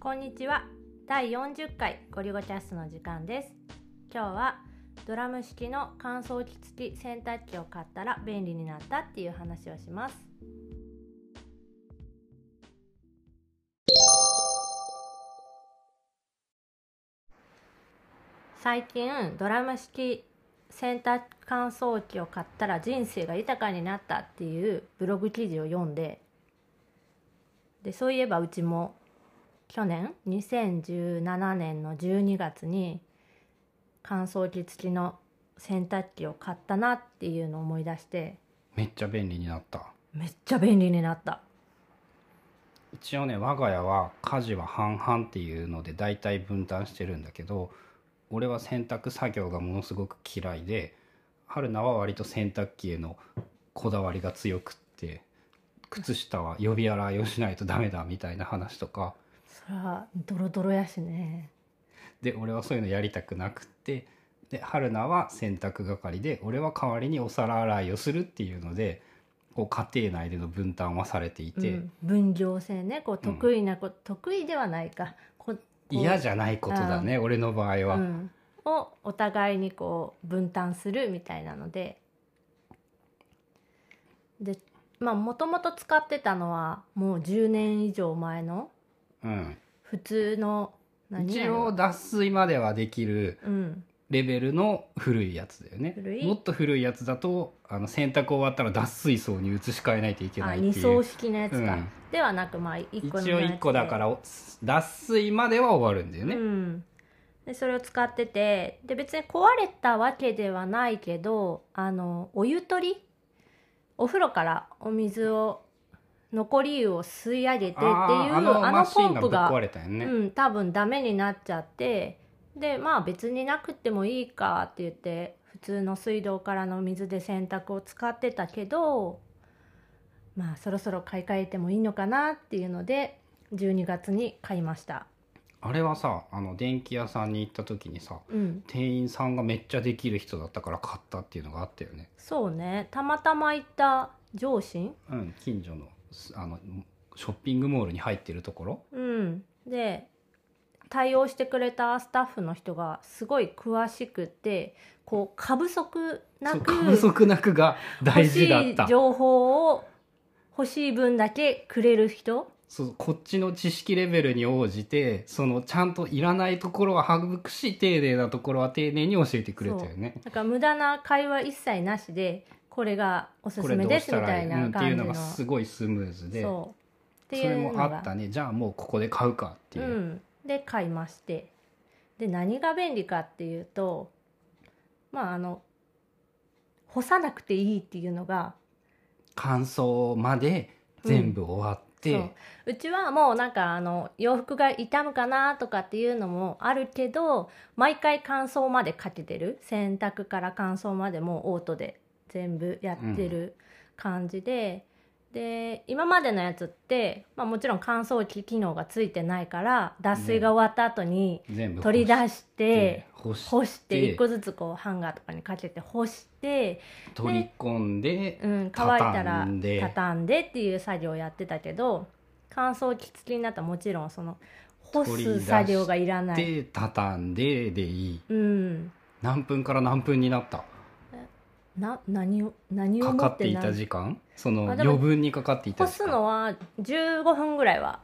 こんにちは第40回ゴリゴキャストの時間です今日はドラム式の乾燥機付き洗濯機を買ったら便利になったっていう話をします最近ドラム式洗濯乾燥機を買ったら人生が豊かになったっていうブログ記事を読んででそういえばうちも去年2017年の12月に乾燥機付きの洗濯機を買ったなっていうのを思い出してめっちゃ便利になっためっちゃ便利になった一応ね我が家は家事は半々っていうので大体分担してるんだけど俺は洗濯作業がものすごく嫌いで春菜は割と洗濯機へのこだわりが強くって靴下は予備洗いをしないとダメだみたいな話とかそれはドロドロやしねで俺はそういうのやりたくなくってで春菜は洗濯係で俺は代わりにお皿洗いをするっていうのでこう家庭内での分担はされていて。うん分業制ねこううん得意なこと、得意ではないかこ嫌じゃないことだね俺の場合は、うん、をお互いにこう分担するみたいなのででまあもともと使ってたのはもう10年以上前のうん普通の一応、脱水まではできるうん、レベルの古いやつだよね古いもっと古いやつだとあの洗濯終わったら脱水槽に移し替えないといけあないって二い層う式のやつか、うんではなくまあ1個の一応やつで1個だからお脱水までは終わるんだよね、うん、でそれを使っててで別に壊れたわけではないけどあのお湯取りお風呂からお水を残り湯を吸い上げてっていうあーああののマシポンンがぶプっが壊れたよね、うん、多分ダメになっちゃってでまあ別になくてもいいかって言って普通の水道からの水で洗濯を使ってたけどまあそろそろ買い替えてもいいのかなっていうので12月に買いました。あれはさあの電気屋さんに行った時にさうん店員さんがめっちゃできる人だったから買ったっていうのがあったよねそうねたまたま行った上司、うん近所のすあのショッピングモールに入ってるところうん、で対応してくれたスタッフの人がすごい詳しくてこう過不足なそうく過不足なくが大事だっ欲しいた情報を欲しい分だけくれる人そうこっちの知識レベルに応じてそのちゃんといらないところは省くし丁寧なところは丁寧に教えてくれたよねなんか無駄な会話一切なしでこれがおすこすれめどでうしすたみたらいいいなうんってい感うじのがのすごいスムーズでそうってそいれうのもがあったねじゃあもうここで買うかっていう、うん、で買いましてで何が便利かっていうとまああの干さなくていいっていうのが乾燥まで全部終わって、そううちはもうなんかあの洋服が傷むかなとかっていうのもあるけど毎回乾燥までかけてる洗濯から乾燥までもうオートで全部やってる感じで、で今までのやつって、まあ、もちろん乾燥機機能がついてないから脱水が終わった後に全部取り出して干して干して1個ずつこうハンガーとかにかけて干して、取り込んで、うん、乾いたら畳んで畳んでっていう作業をやってたけど乾燥機付きになったらもちろんその干取り出すして作業がいらない。で畳んででいいうん、何分から何分になったな何を何をか持かっってていなた時間そのあでも余分にかかっていた干時す間のは15分ぐらいは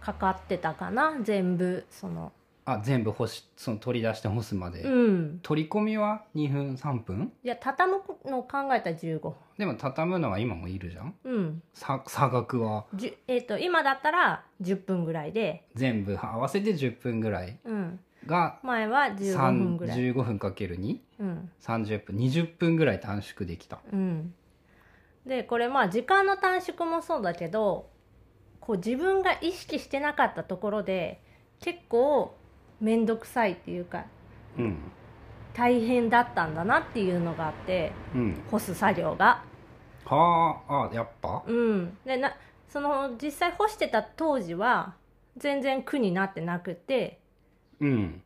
かかってたかな全部そのあ全部干しその取り出して干すまで、うん取り込みは2分3分いや畳むのを考えたら15分でも畳むのは今もいるじゃんうんさ差額はじゅえっ、と今だったら10分ぐらいで全部合わせて10分ぐらいうんが前は15分三ぐらい、 15分かける230うん分20分ぐらい短縮できたうん、でこれまあ時間の短縮もそうだけどこう自分が意識してなかったところで結構面倒くさいっていうかうん大変だったんだなっていうのがあってうん干す作業が。はああやっぱうん、でなその実際干してた当時は全然苦になってなくてうん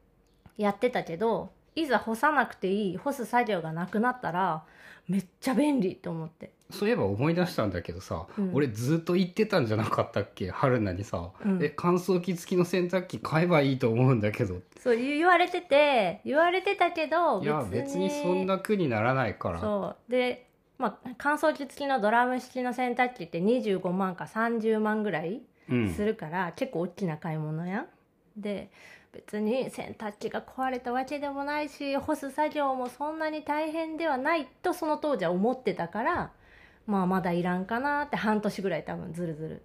やってたけどいざ干さなくていい干す作業がなくなったらめっちゃ便利と思ってそういえば思い出したんだけどさ、うん俺ずっと言ってたんじゃなかったっけ春菜にさ、うんえ乾燥機付きの洗濯機買えばいいと思うんだけどそう言われてて言われてたけどいや別にそんな苦にならないからそうで、まあ、乾燥機付きのドラム式の洗濯機って25万か30万ぐらいうんするから、結構大きな買い物やんで別に洗濯機が壊れたわけでもないし干す作業もそんなに大変ではないとその当時は思ってたからまあまだいらんかなって半年ぐらい多分ずるずる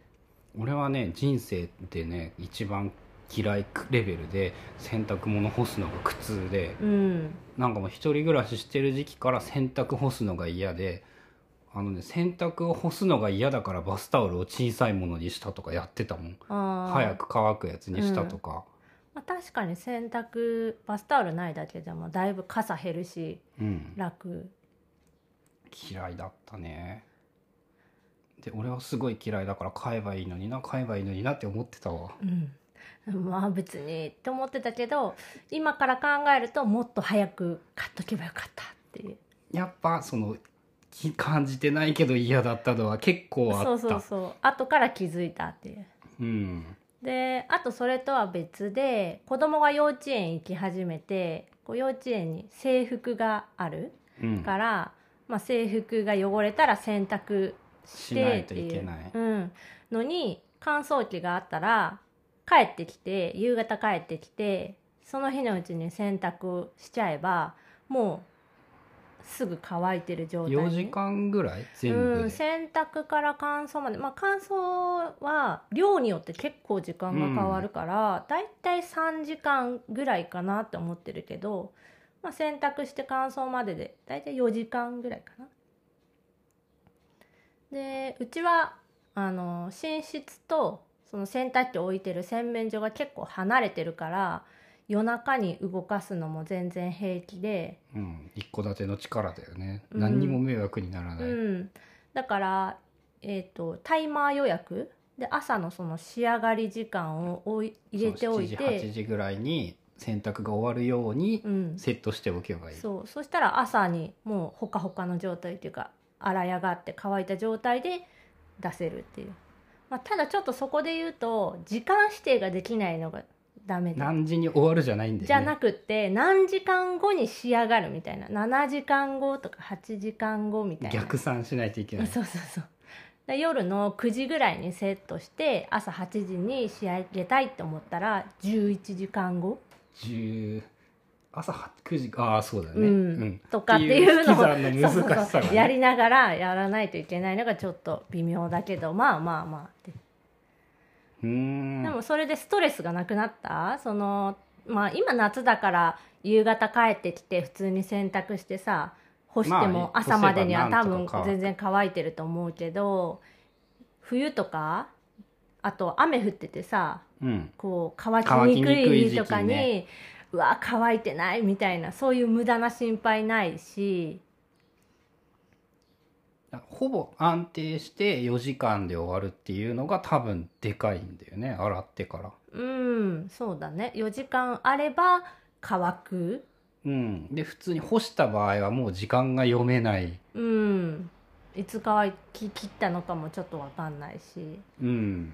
俺はね人生でね一番嫌いレベルで洗濯物干すのが苦痛でうんなんかもう一人暮らししてる時期から洗濯干すのが嫌であのね洗濯を干すのが嫌だからバスタオルを小さいものにしたとかやってたもんあー早く乾くやつにしたとか、まあ、確かに洗濯バスタオルないだけでもだいぶ傘減るしうん、楽嫌いだったねで俺はすごい嫌いだから買えばいいのにな買えばいいのになって思ってたわうん まあ別にって思ってたけど今から考えるともっと早く買っとけばよかったっていうやっぱそのき感じてないけど嫌だったのは結構あったそうそうそう後から気づいたっていううんであとそれとは別で子供が幼稚園行き始めてこう幼稚園に制服があるうんから、まあ、制服が汚れたら洗濯ししてないっとていういけないうん、のに乾燥機があったら帰ってきて夕方帰ってきてその日のうちに洗濯しちゃえばもうすぐ乾いてる状態4時間ぐらい全部うん、で洗濯から乾燥まで、まあ、乾燥は量によって結構時間が変わるから、だいたい3時間ぐらいかなって思ってるけど、まあ、洗濯して乾燥まででだいたい4時間ぐらいかな。でうちはあの寝室とその洗濯機置いてる洗面所が結構離れてるから夜中に動かすのも全然平気でうん一戸建ての力だよね、うん何にも迷惑にならない、うん、だから、えー、とタイマー予約で朝のその仕上がり時間をおい入れておいそう7時8て時ぐらいに洗濯が終わるようにうんセットしておけばいい、そうそしたら朝にもうほかほかの状態というか洗い上がって乾いた状態で出せるっていう、まあ、ただちょっとそこで言うと時間指定ができないのがダメで何時に終わるじゃないんだよねじゃなくって何時間後に仕上がるみたいな7時間後とか8時間後みたいな逆算しないといけないそうそうそうで夜の9時ぐらいにセットして朝8時に仕上げたいって思ったら11時間後、 10朝8 9時ああそうだね、ううんんとかっていうのをっていう引き算の難しさそうそうがそうやりながらやらないといけないのがちょっと微妙だけどまあまあまあって、うーんでもそれでストレスがなくなったそのまあ今夏だから夕方帰ってきて普通に洗濯してさ干してもまあ朝までには干せば多なん分とか乾く全然乾いてると思うけど冬とかあと雨降っててさうんこう乾きにく乾きにくいい日時期とかにねうわ乾いてないみたいなそういう無駄な心配ないしほぼ安定して4時間で終わるっていうのが多分でかいんだよね洗ってからうんそうだね4時間あれば乾くうんで普通に干した場合はもう時間が読めないうんいつ乾き切ったのかもちょっとわかんないしうん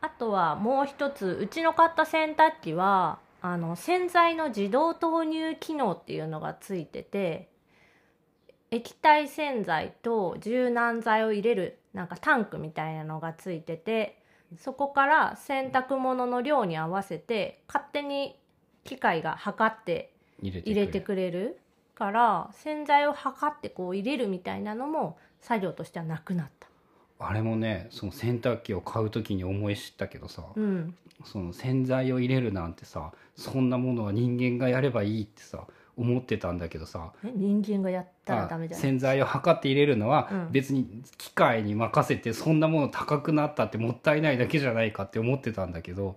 あとはもう一つうちの買った洗濯機はあの洗剤の自動投入機能っていうのがついてて液体洗剤と柔軟剤を入れるなんかタンクみたいなのがついててそこから洗濯物の量に合わせて勝手に機械が測って入れて入くれれてくれるから洗剤を測ってこう入れるみたいなのも作業としてはなくなった。あれもねその洗濯機を買う時に思い知ったけどさ、うんその洗剤を入れるなんてさそんなものは人間がやればいいってさ思ってたんだけどさえ人間がやったらあダメじゃない洗剤を測って入れるうのはん別に機械に任せてそんなもの高くなったってもったいないだけじゃないかって思ってたんだけど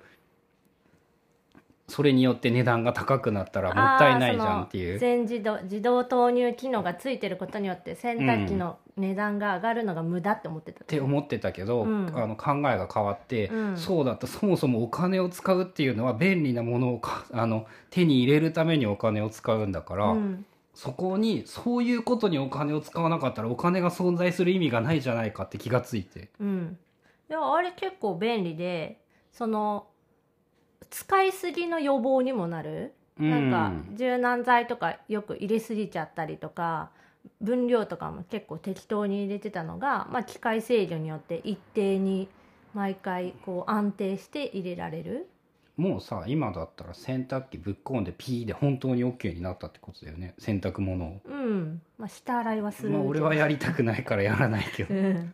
それによって値段が高くなったらもったいないじゃんっていあーうその全自動自動投入機能がついてることによって洗濯機の値段が上がるのが無駄って思ってた、って思ってたけど、うんあの考えが変わって、うんそうだったそもそもお金を使うっていうのは便利なものをかあの手に入れるためにお金を使うんだから、うんそこにそういうことにお金を使わなかったらお金が存在する意味がないじゃないかって気がついてうん、でもあれ結構便利でその使いすぎの予防にもなる、なんか柔軟剤とかよく入れすぎちゃったりとか分量とかも結構適当に入れてたのが、まあ、機械制御によって一定に毎回こう安定して入れられるもうさ今だったら洗濯機ぶっこんでピーで本当に OK になったってことだよね洗濯物をうん、まあ、下洗いはするまあ俺はややりたくないからやらないけど うん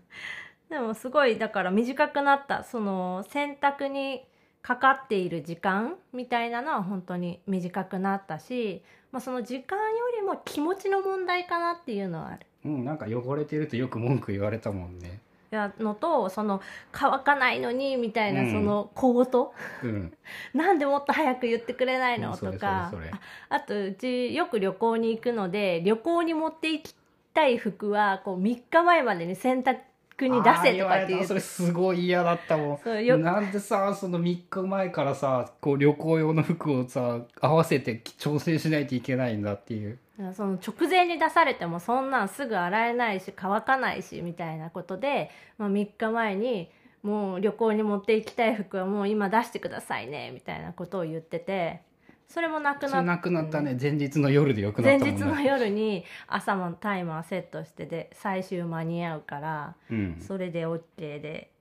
でもすごいだから短くなったその洗濯にかかっている時間みたいなのは本当に短くなったし、まあ、その時間よりも気持ちの問題かなっていうのはある。うんなんか汚れてるとよく文句言われたもんねやのとその乾かないのにみたいな、うんその小言 うんなんでもっと早く言ってくれないの、うんそれとかそれそれああとうちよく旅行に行くので旅行に持って行きたい服はこう3日前までに洗濯に出せとかってあー言われいたそうれすごい嫌だったもんそうよなんでさその3日前からさこう旅行用の服をさ合わせて調整しないといけないんだっていうその直前に出されてもそんなんすぐ洗えないし乾かないしみたいなことで、まあ、3日前にもう旅行に持って行きたい服はもう今出してくださいねみたいなことを言っててそれもなくそれなっなくなったね前日の夜でよくな前ったもん日ねの夜に朝もタイマーセットしてで最終間に合うからうん、それで OK で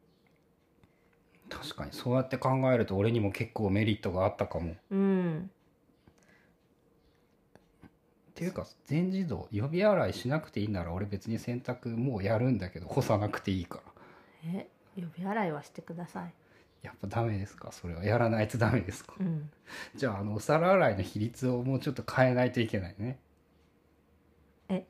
確かにそうやって考えると俺にも結構メリットがあったかもっうんていうか全自動予備洗いしなくていいなら俺別に洗濯もうやるんだけど干さなくていいからえ予備洗いはしてくださいやっぱダメですかそれはやらないとダメですかうんじゃああのお皿洗いの比率をもうちょっと変えないといけないねえ